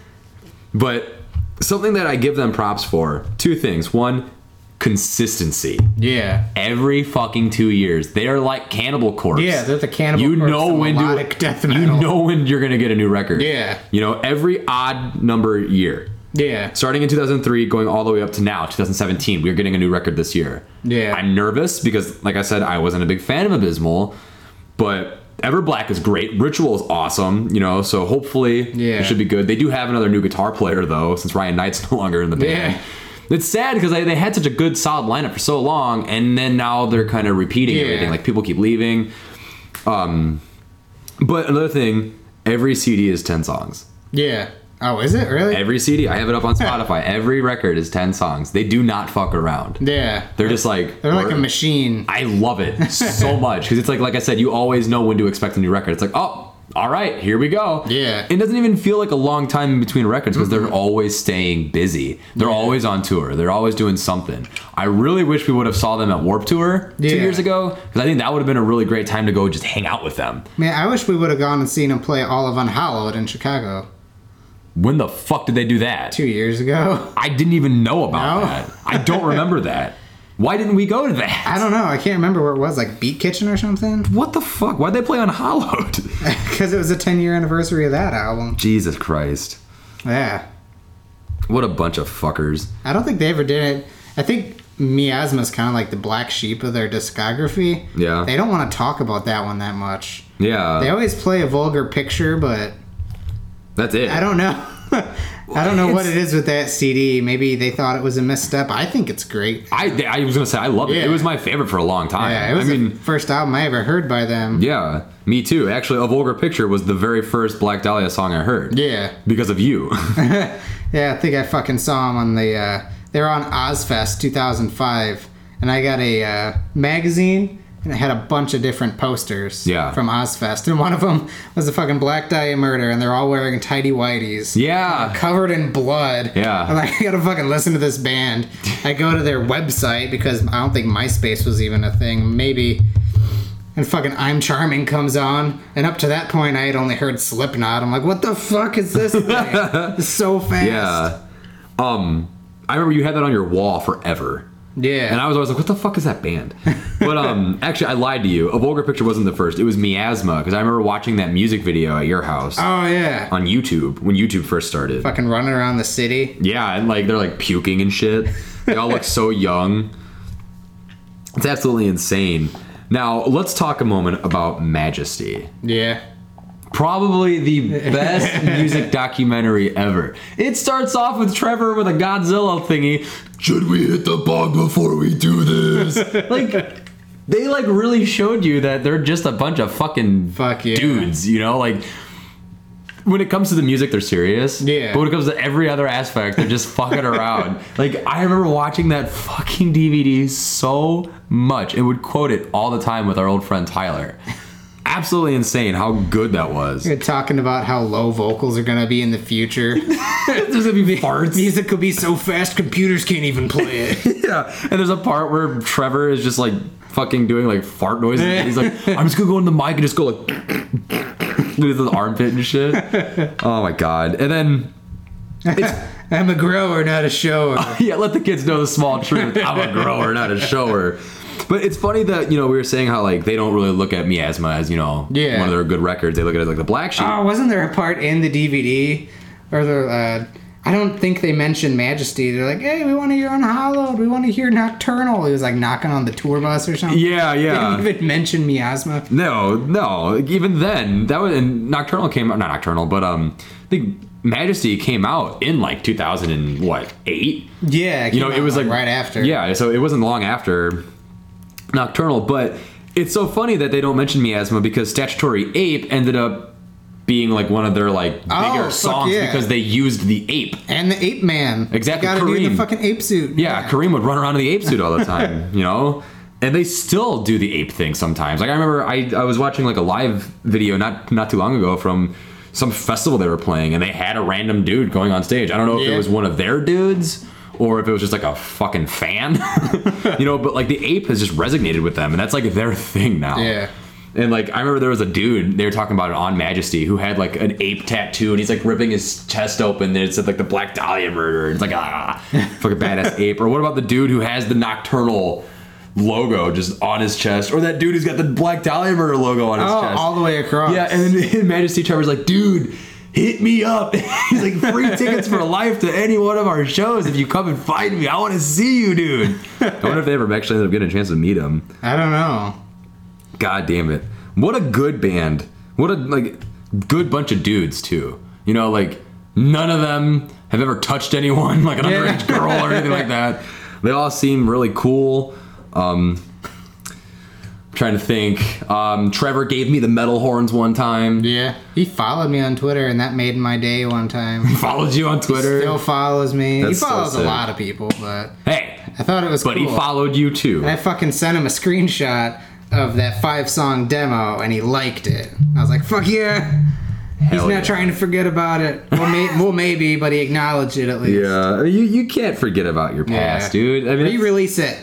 Speaker 1: But something that I give them props for, two things: one, consistency.
Speaker 2: Yeah.
Speaker 1: Every fucking two years, they are like Cannibal Corpse.
Speaker 2: Yeah, they're the cannibal.
Speaker 1: You
Speaker 2: Corpse
Speaker 1: know
Speaker 2: of
Speaker 1: when to-
Speaker 2: melodic death
Speaker 1: you
Speaker 2: metal.
Speaker 1: know when you're gonna get a new record.
Speaker 2: Yeah.
Speaker 1: you know every odd number year
Speaker 2: Yeah.
Speaker 1: starting in 2003 going all the way up to now 2017 we're getting a new record this year
Speaker 2: Yeah.
Speaker 1: i'm nervous because like i said i wasn't a big fan of abysmal but everblack is great ritual is awesome you know so hopefully
Speaker 2: Yeah.
Speaker 1: it should be good they do have another new guitar player though since ryan knight's no longer in the band
Speaker 2: Yeah.
Speaker 1: It's sad because they had such a good, solid lineup for so long, and then now they're kind of repeating
Speaker 2: Yeah.
Speaker 1: everything. Like people keep leaving. Um, but another thing, every CD is ten songs.
Speaker 2: Yeah. Oh, is it really?
Speaker 1: Every CD, I have it up on Spotify. Every record is 10 songs. They do not fuck around.
Speaker 2: yeah.
Speaker 1: They're just like
Speaker 2: They're like a
Speaker 1: we're-
Speaker 2: machine.
Speaker 1: I love it so much because it's like like I said, you always know when to expect a new record. It's like, "Oh, all right, here we go.
Speaker 2: Yeah.
Speaker 1: It doesn't even feel like a long time in between records because they're always staying busy. They're always on tour. They're always doing something. I really wish we would have saw them at Warp Tour two
Speaker 2: Yeah.
Speaker 1: years ago because I think that would have been a really great time to go just hang out with them.
Speaker 2: Man, I wish we would have gone and seen him play all of Unhallowed in Chicago
Speaker 1: When the fuck did they do that?
Speaker 2: two years ago.
Speaker 1: I didn't even know about
Speaker 2: No?
Speaker 1: that. I don't remember that. Why didn't we go to that?
Speaker 2: I don't know. I can't remember where it was, like Beat Kitchen or something?
Speaker 1: What the fuck? Why'd they play on Hollowed?
Speaker 2: Because it was the 10 year anniversary of that album.
Speaker 1: Jesus Christ.
Speaker 2: Yeah.
Speaker 1: What a bunch of fuckers.
Speaker 2: I don't think they ever did it. I think Miasma's kind of like the black sheep of their discography.
Speaker 1: Yeah.
Speaker 2: They don't want to talk about that one that much.
Speaker 1: Yeah.
Speaker 2: They always play a vulgar picture, but
Speaker 1: that's it.
Speaker 2: I don't know. I don't know what
Speaker 1: It's-
Speaker 2: it is with that CD. Maybe they thought it was a misstep. I think it's great.
Speaker 1: I, I was gonna say I love it.
Speaker 2: Yeah.
Speaker 1: It was my favorite for a long time.
Speaker 2: Yeah, it was
Speaker 1: I mean,
Speaker 2: the first album I ever heard by them.
Speaker 1: yeah, me too. Actually, a vulgar picture was the very first Black Dahlia song I heard.
Speaker 2: Yeah.
Speaker 1: Because of you.
Speaker 2: Yeah, I think I fucking saw them on the. Uh, they were on Ozfest 2005, and I got a uh, magazine and it had a bunch of different posters.
Speaker 1: Yeah.
Speaker 2: From Ozfest, and one of them was the fucking Black Dahlia murder, and they're all wearing tidy whities.
Speaker 1: yeah.
Speaker 2: Covered in blood.
Speaker 1: Yeah.
Speaker 2: I'm like, I gotta fucking listen to this band. I go to their website because I don't think MySpace was even a thing. Maybe. And fucking I'm Charming comes on. And up to that point, I had only heard Slipknot. I'm like, what the fuck is this thing? it's so fast.
Speaker 1: Yeah. Um, I remember you had that on your wall forever.
Speaker 2: Yeah.
Speaker 1: And I was always like, what the fuck is that band? But um, actually, I lied to you. A Vulgar Picture wasn't the first. It was Miasma, because I remember watching that music video at your house
Speaker 2: oh yeah.
Speaker 1: on YouTube when YouTube first started.
Speaker 2: Fucking running around the city.
Speaker 1: Yeah, and like they're like puking and shit. They all look so young. It's absolutely insane. Now, let's talk a moment about Majesty.
Speaker 2: Yeah.
Speaker 1: Probably the best music documentary ever. It starts off with Trevor with a Godzilla thingy. Should we hit the bog before we do this? like they like really showed you that they're just a bunch of fucking
Speaker 2: Fuck yeah.
Speaker 1: dudes, you know? Like when it comes to the music, they're serious.
Speaker 2: Yeah.
Speaker 1: But when it comes to every other aspect, they're just fucking around. Like I remember watching that fucking DVD so much and would quote it all the time with our old friend Tyler. Absolutely insane how good that was.
Speaker 2: You're talking about how low vocals are gonna be in the future.
Speaker 1: There's gonna be farts.
Speaker 2: Music could be so fast computers can't even play it.
Speaker 1: Yeah. And there's a part where Trevor is just like fucking doing like fart noises. And he's like, I'm just gonna go in the mic and just go like with his armpit and shit. Oh my god. And then
Speaker 2: I'm a grower, not a shower.
Speaker 1: yeah, let the kids know the small truth. I'm a grower, not a shower. But it's funny that you know we were saying how like they don't really look at miasma as you know
Speaker 2: Yeah.
Speaker 1: one of their good records. They look at it as, like the black sheep.
Speaker 2: oh, wasn't there a part in the DVD or the? Uh, I don't think they mentioned Majesty. They're like, hey, we want to hear Unhallowed. We want to hear Nocturnal. He was like knocking on the tour bus or something.
Speaker 1: yeah,
Speaker 2: They
Speaker 1: yeah.
Speaker 2: didn't even mention miasma.
Speaker 1: No, no. Even then, that was and Nocturnal came out. Not Nocturnal, but um, I think Majesty came out in like 2000 and what eight.
Speaker 2: Yeah,
Speaker 1: you know, it was like
Speaker 2: right after.
Speaker 1: Yeah, so it wasn't long after Nocturnal, but it's so funny that they don't mention Miasma because Statutory Ape ended up being like one of their like
Speaker 2: Oh,
Speaker 1: bigger
Speaker 2: fuck
Speaker 1: songs
Speaker 2: yeah.
Speaker 1: because they used the ape.
Speaker 2: And the ape man.
Speaker 1: Exactly,
Speaker 2: Got to be in
Speaker 1: Kareem.
Speaker 2: the fucking ape suit.
Speaker 1: Yeah, Kareem would run around in the ape suit all the time, you know? And they still do the ape thing sometimes. Like I remember I, I was watching like a live video not not too long ago from some festival they were playing and they had a random dude going on stage. I don't know if it
Speaker 2: Yeah.
Speaker 1: was one of their dudes or if it was just like a fucking fan. you know, but like the ape has just resonated with them and that's like their thing now.
Speaker 2: Yeah.
Speaker 1: And like I remember there was a dude they were talking about it on Majesty who had like an ape tattoo and he's like ripping his chest open and it said like the Black Dahlia murder. It's like ah fucking badass ape. Or what about the dude who has the nocturnal logo just on his chest? Or that dude who's got the Black Dahlia murder logo on his
Speaker 2: Oh,
Speaker 1: chest.
Speaker 2: all the way across.
Speaker 1: yeah, and then Majesty Trevor's like, dude, hit me up. he's like free tickets for life to any one of our shows if you come and find me. I want to see you, dude. I wonder if they ever actually ended up getting a chance to meet him.
Speaker 2: I don't know.
Speaker 1: God damn it. What a good band. What a like good bunch of dudes too. You know, like none of them have ever touched anyone, like an
Speaker 2: Yeah.
Speaker 1: underage girl or anything like that. They all seem really cool. Um I'm trying to think. Um Trevor gave me the metal horns one time.
Speaker 2: Yeah. He followed me on Twitter, and that made my day one time.
Speaker 1: Followed you on Twitter.
Speaker 2: Still follows me.
Speaker 1: That's
Speaker 2: he
Speaker 1: so
Speaker 2: follows a
Speaker 1: sick.
Speaker 2: lot of people, but
Speaker 1: hey.
Speaker 2: I thought it was
Speaker 1: But
Speaker 2: cool.
Speaker 1: he followed you too.
Speaker 2: I fucking sent him a screenshot of that five song demo and he liked it. I was like, fuck yeah. He's
Speaker 1: Hell
Speaker 2: not
Speaker 1: yeah.
Speaker 2: trying to forget about it. Well, may, well, maybe, but he acknowledged it at least.
Speaker 1: Yeah, you you can't forget about your past,
Speaker 2: Yeah.
Speaker 1: dude. I mean, it's-
Speaker 2: Re-release it.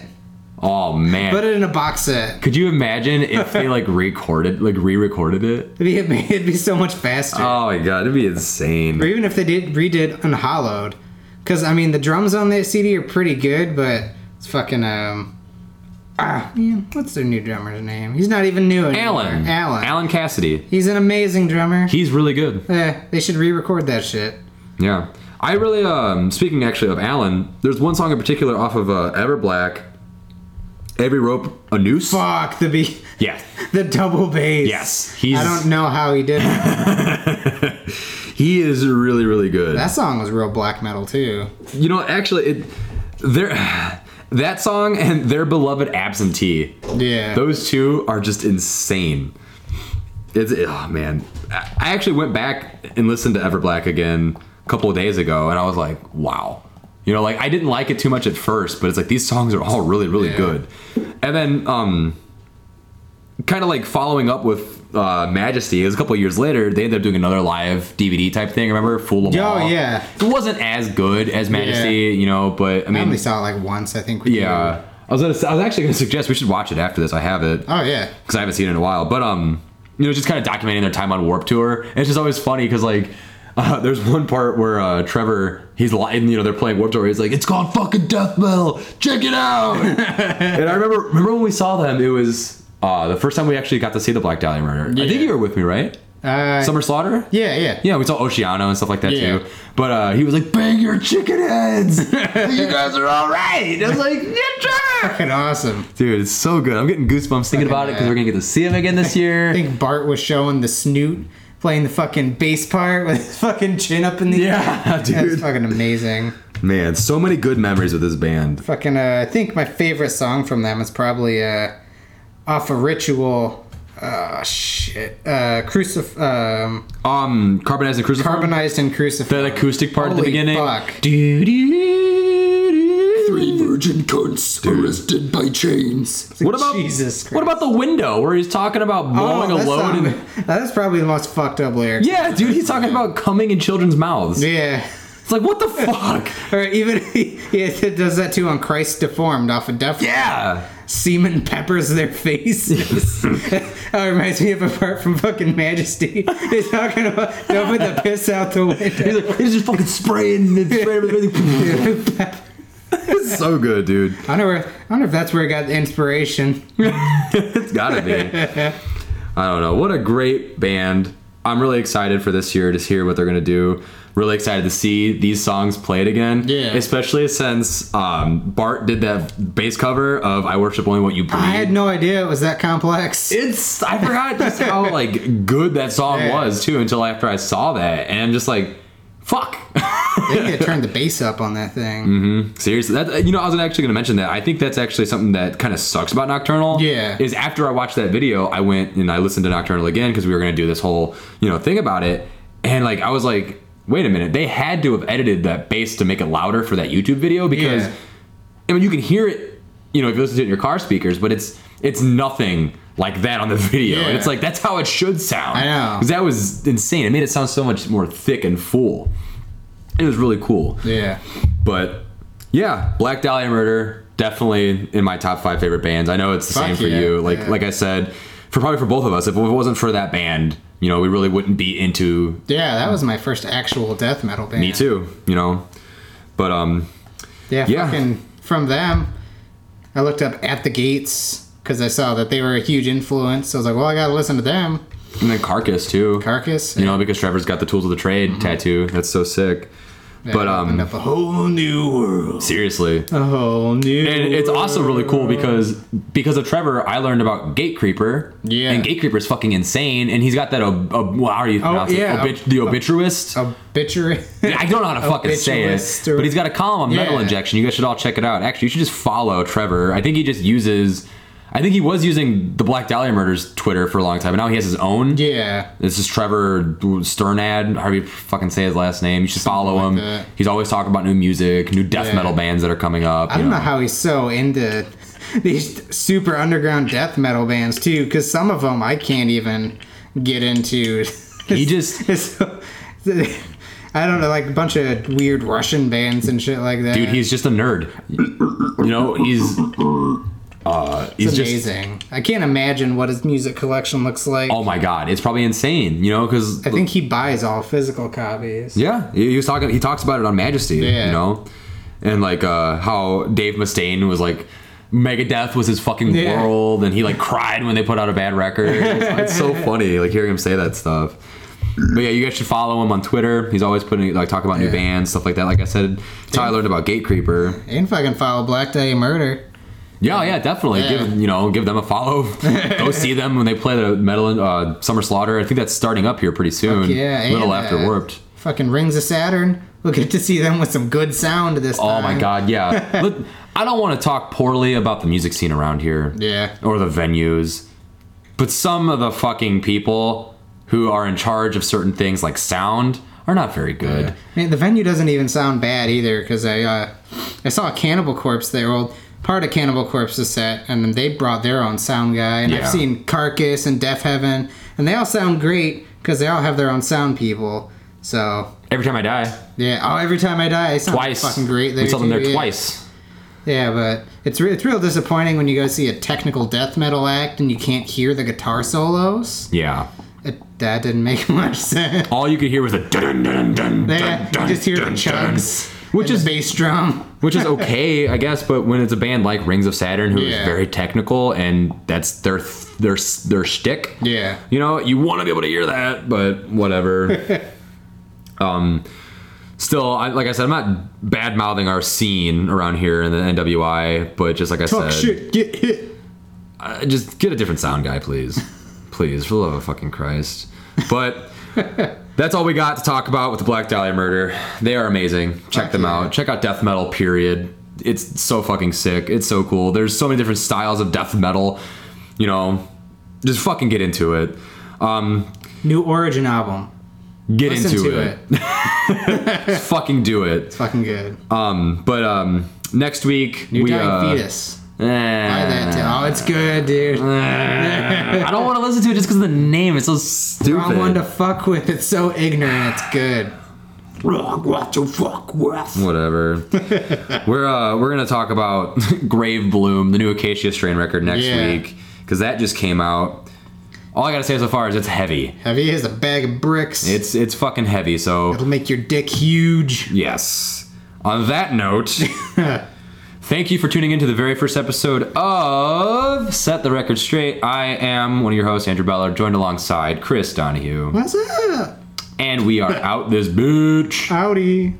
Speaker 1: oh man,
Speaker 2: Put it in a box set.
Speaker 1: could you imagine if they like recorded, like re-recorded it?
Speaker 2: It'd be, it'd be so much faster.
Speaker 1: Oh my god, it'd be insane.
Speaker 2: or even if they did redid Unhollowed, because I mean the drums on that CD are pretty good, but it's fucking um. Ah, man, what's their new drummer's name? He's not even new anymore.
Speaker 1: Alan,
Speaker 2: Alan.
Speaker 1: Alan Cassidy.
Speaker 2: He's an amazing drummer.
Speaker 1: He's really good.
Speaker 2: Eh, they should re-record that shit.
Speaker 1: Yeah, I really. Um, speaking actually of Alan, there's one song in particular off of uh, Ever Black. Every rope a noose.
Speaker 2: Fuck the be
Speaker 1: Yeah,
Speaker 2: the double bass.
Speaker 1: Yes, he's-
Speaker 2: I don't know how he did it.
Speaker 1: he is really really good.
Speaker 2: that song was real black metal too.
Speaker 1: You know, actually, it there that song and their beloved absentee.
Speaker 2: Yeah.
Speaker 1: Those two are just insane. It's oh man, I I actually went back and listened to Everblack again a couple of days ago, and I was like, wow. You know, like I didn't like it too much at first, but it's like these songs are all really really
Speaker 2: Yeah.
Speaker 1: good. And then um, kind of like following up with uh, Majesty, it was a couple of years later. They ended up doing another live DVD type thing. Remember, Fool 'Em
Speaker 2: Oh,
Speaker 1: All?
Speaker 2: yeah.
Speaker 1: It wasn't as good as Majesty, you know, but I
Speaker 2: I
Speaker 1: mean,
Speaker 2: only saw it like once, I think. with you.
Speaker 1: yeah. I was, gonna, I was actually going to suggest we should watch it after this. I have it
Speaker 2: Oh yeah.
Speaker 1: because I haven't seen it in a while. But um, you know, just kind of documenting their time on Warp Tour. And it's just always funny because like. Uh, there's one part where uh, Trevor, he's lying, you know, they're playing Warped Tour. He's like, "It's called fucking death metal. Check it out." and I remember, remember when we saw them, it was uh, the first time we actually got to see the Black Dahlia Murder. I think you were with me, right?
Speaker 2: Uh,
Speaker 1: Summer Slaughter.
Speaker 2: yeah, yeah.
Speaker 1: Yeah, we saw Oceano and stuff like that
Speaker 2: Yeah.
Speaker 1: too. But uh, he was like, "Bang your chicken heads! you guys are all right." I was like, "Yeah, sure."
Speaker 2: Fucking awesome.
Speaker 1: Dude, it's so good. I'm getting goosebumps thinking about it because we're gonna get to see him again this
Speaker 2: I
Speaker 1: year.
Speaker 2: think Bart was showing the snoot playing the fucking bass part with his fucking chin up in the
Speaker 1: Yeah,
Speaker 2: air. That's
Speaker 1: dude.
Speaker 2: fucking amazing.
Speaker 1: Man, so many good memories with this band.
Speaker 2: Fucking, uh, I think my favorite song from them is probably uh, off a ritual. Uh, shit. Uh, crucif- um,
Speaker 1: Um, Carbonized and Cruciform.
Speaker 2: carbonized and crucified.
Speaker 1: that acoustic part at the
Speaker 2: Holy
Speaker 1: beginning.
Speaker 2: fuck.
Speaker 1: Doo-doo-doo.
Speaker 3: Three virgin cunts arrested by chains.
Speaker 1: What about
Speaker 2: Jesus Christ. Oh,
Speaker 1: What about the window where he's talking about blowing a
Speaker 2: that's
Speaker 1: load?
Speaker 2: not-
Speaker 1: and,
Speaker 2: That's probably the most fucked up lyric.
Speaker 1: yeah, dude, he's talking about coming in children's mouths.
Speaker 2: Yeah.
Speaker 1: It's like what the fuck?
Speaker 2: Or even he it does that too on Christ Deformed off of Def.
Speaker 1: Yeah.
Speaker 2: semen peppers their faces. that reminds me of a part from fucking Majesty. They're talking about don't put the piss out the window.
Speaker 1: He's like, he's just fucking spraying and spraying everything. it's so good, dude.
Speaker 2: I wonder, where, I wonder if that's where I got the inspiration.
Speaker 1: It's gotta be. I don't know. What a great band. I'm really excited for this year to hear what they're gonna do. Really excited to see these songs played again.
Speaker 2: Yeah.
Speaker 1: Especially since um, Bart did that bass cover of "I Worship Only What You Breathe."
Speaker 2: I had no idea it was that complex.
Speaker 1: it's I forgot just how like good that song
Speaker 2: Yeah.
Speaker 1: was too until after I saw that and I'm just like, fuck.
Speaker 2: They could have turned the bass up on that thing.
Speaker 1: Mm-hmm. Seriously, that you know, I was actually going to mention that. I think that's actually something that kind of sucks about Nocturnal.
Speaker 2: Yeah.
Speaker 1: is after I watched that video, I went and I listened to Nocturnal again because we were going to do this whole you know thing about it, and like I was like, wait a minute, they had to have edited that bass to make it louder for that YouTube video because
Speaker 2: Yeah.
Speaker 1: I mean you can hear it, you know, if you listen to it in your car speakers, but it's it's nothing like that on the video.
Speaker 2: Yeah.
Speaker 1: And it's like that's how it should sound.
Speaker 2: I know.
Speaker 1: 'Cause that was insane. It made it sound so much more thick and full. It was really cool.
Speaker 2: Yeah.
Speaker 1: But yeah, Black Dahlia Murder definitely in my top five favorite bands. I know it's the
Speaker 2: Fuck
Speaker 1: same for
Speaker 2: yeah,
Speaker 1: you. Like
Speaker 2: yeah.
Speaker 1: like I said, for probably for both of us, if it wasn't for that band, you know, we really wouldn't be into
Speaker 2: Yeah, that was my first actual death metal band.
Speaker 1: me too. You know, but um,
Speaker 2: Yeah,
Speaker 1: Yeah.
Speaker 2: fucking from them. I looked up At the Gates because I saw that they were a huge influence. So I was like, well, I gotta listen to them.
Speaker 1: and then Carcass too.
Speaker 2: Carcass. Mm-hmm.
Speaker 1: you know, because Trevor's got the tools of the trade tattoo. That's so sick. but
Speaker 2: opened
Speaker 1: um,
Speaker 2: up a whole new world.
Speaker 1: seriously,
Speaker 2: A whole new.
Speaker 1: And it's also really cool because because of Trevor, I learned about Gate Creeper.
Speaker 2: Yeah. Oh,
Speaker 1: And Gate Creeper's fucking insane, and he's got that ob, ob well, how do you pronounce
Speaker 2: yeah,
Speaker 1: it? Obit- the obituarist.
Speaker 2: obituary.
Speaker 1: I don't know how to fucking say it,
Speaker 2: obituist or-
Speaker 1: but he's got a column on metal
Speaker 2: Yeah.
Speaker 1: injection. You guys should all check it out. Actually, you should just follow Trevor. I think he just uses. I think he was using the Black Dahlia Murders Twitter for a long time, and now he has his own.
Speaker 2: yeah.
Speaker 1: This is Trevor Sternad, however you fucking say his last name. You should follow him.
Speaker 2: like that.
Speaker 1: He's always talking about new music, new death
Speaker 2: Yeah.
Speaker 1: metal bands that are coming up.
Speaker 2: I
Speaker 1: you
Speaker 2: don't know how he's so into these super underground death metal bands too, because some of them I can't even get into.
Speaker 1: He just-
Speaker 2: It's- it's- I don't know, like a bunch of weird Russian bands and shit like that.
Speaker 1: dude. He's just a nerd. You know, he's uh, he's
Speaker 2: it's
Speaker 1: just.
Speaker 2: amazing. I can't imagine what his music collection looks like.
Speaker 1: Oh my god, it's probably insane. You know, because
Speaker 2: I think he buys all physical copies.
Speaker 1: Yeah, he he was talking. He talks about it on Majesty.
Speaker 2: Yeah.
Speaker 1: You know, and like uh, how Dave Mustaine was like. Megadeth was his fucking
Speaker 2: Yeah.
Speaker 1: world, and he like cried when they put out a bad record. It's so funny, like hearing him say that stuff. But yeah, you guys should follow him on Twitter. He's always putting like talk about new
Speaker 2: Yeah.
Speaker 1: bands, stuff like that. Like I said, that's how I learned about Gate Creeper.
Speaker 2: And fucking follow Black Dahlia Murder.
Speaker 1: Yeah, yeah, definitely.
Speaker 2: Yeah.
Speaker 1: Give you know, give them a follow. Go see them when they play the metal uh, Summer Slaughter. I think that's starting up here pretty soon.
Speaker 2: yeah,
Speaker 1: little
Speaker 2: and,
Speaker 1: after
Speaker 2: uh,
Speaker 1: Warped.
Speaker 2: Fucking Rings of Saturn. We'll get to see them with some good sound this time.
Speaker 1: Oh my god, yeah. Look, I don't want to talk poorly about the music scene around here.
Speaker 2: Yeah.
Speaker 1: Or the venues. But some of the fucking people who are in charge of certain things like sound are not very good.
Speaker 2: Man, the venue doesn't even sound bad either because I uh, I saw Cannibal Corpse there. Well, part of Cannibal Corpse's set, and then they brought their own sound guy. And I've
Speaker 1: Yeah.
Speaker 2: seen Carcass and Deaf Heaven, and they all sound great because they all have their own sound people. So
Speaker 1: Every time I die,
Speaker 2: yeah. Oh, every time I die, I sound
Speaker 1: twice.
Speaker 2: fucking great. There
Speaker 1: we saw them
Speaker 2: too,
Speaker 1: there
Speaker 2: yeah.
Speaker 1: twice.
Speaker 2: Yeah, but it's re- it's real disappointing when you go see a technical death metal act and you can't hear the guitar solos.
Speaker 1: Yeah.
Speaker 2: It, that didn't make much sense.
Speaker 1: All you could hear was a dun dun dun
Speaker 2: Yeah,
Speaker 1: dun
Speaker 2: you
Speaker 1: dun.
Speaker 2: just hear the
Speaker 1: dun,
Speaker 2: chugs,
Speaker 1: Which
Speaker 2: and
Speaker 1: is-
Speaker 2: the bass drum.
Speaker 1: Which is okay, I guess, but when it's a band like Rings of Saturn, who is
Speaker 2: Yeah.
Speaker 1: very technical and that's their their their shtick,
Speaker 2: Yeah.
Speaker 1: You know, you want to be able to hear that, but whatever. um, still, I, like I said, I'm not bad mouthing our scene around here in the NWI, but just like I
Speaker 2: Fuck
Speaker 1: said,
Speaker 2: shit, get hit.
Speaker 1: uh, just get a different sound guy, please, please, for the love of fucking Christ. But that's all we got to talk about with the Black Dahlia Murder. They are amazing. Check
Speaker 2: Fuck
Speaker 1: them
Speaker 2: yeah.
Speaker 1: out. Check out death metal. Period. It's so fucking sick. It's so cool. There's so many different styles of death metal. You know, just fucking get into it. Um,
Speaker 2: New Origin album.
Speaker 1: get
Speaker 2: Listen
Speaker 1: into
Speaker 2: to
Speaker 1: it.
Speaker 2: it.
Speaker 1: fucking do it.
Speaker 2: Fucking good.
Speaker 1: Um, but um, next week
Speaker 2: New
Speaker 1: we
Speaker 2: Dying
Speaker 1: uh,
Speaker 2: Fetus.
Speaker 1: eh,
Speaker 2: Buy that too. Oh, it's good, dude.
Speaker 1: uh, eh, I don't want to listen to it just because of the name. It's so stupid.
Speaker 2: Wrong one to fuck with. It's so ignorant. It's good.
Speaker 3: Wrong what to fuck with.
Speaker 1: Whatever. we're uh, we're gonna talk about Grave Bloom, the new Acacia Strain record next
Speaker 2: Yeah.
Speaker 1: week because that just came out. All I gotta say so far is it's heavy.
Speaker 2: Heavy as a bag of bricks.
Speaker 1: It's it's fucking heavy. So
Speaker 2: It'll make your dick huge.
Speaker 1: Yes. On that note, thank you for tuning in to the very first episode of Set the Record Straight. I am one of your hosts, Andrew Ballard, joined alongside Chris Donahue.
Speaker 2: What's up?
Speaker 1: And we are out this bitch.
Speaker 2: Howdy.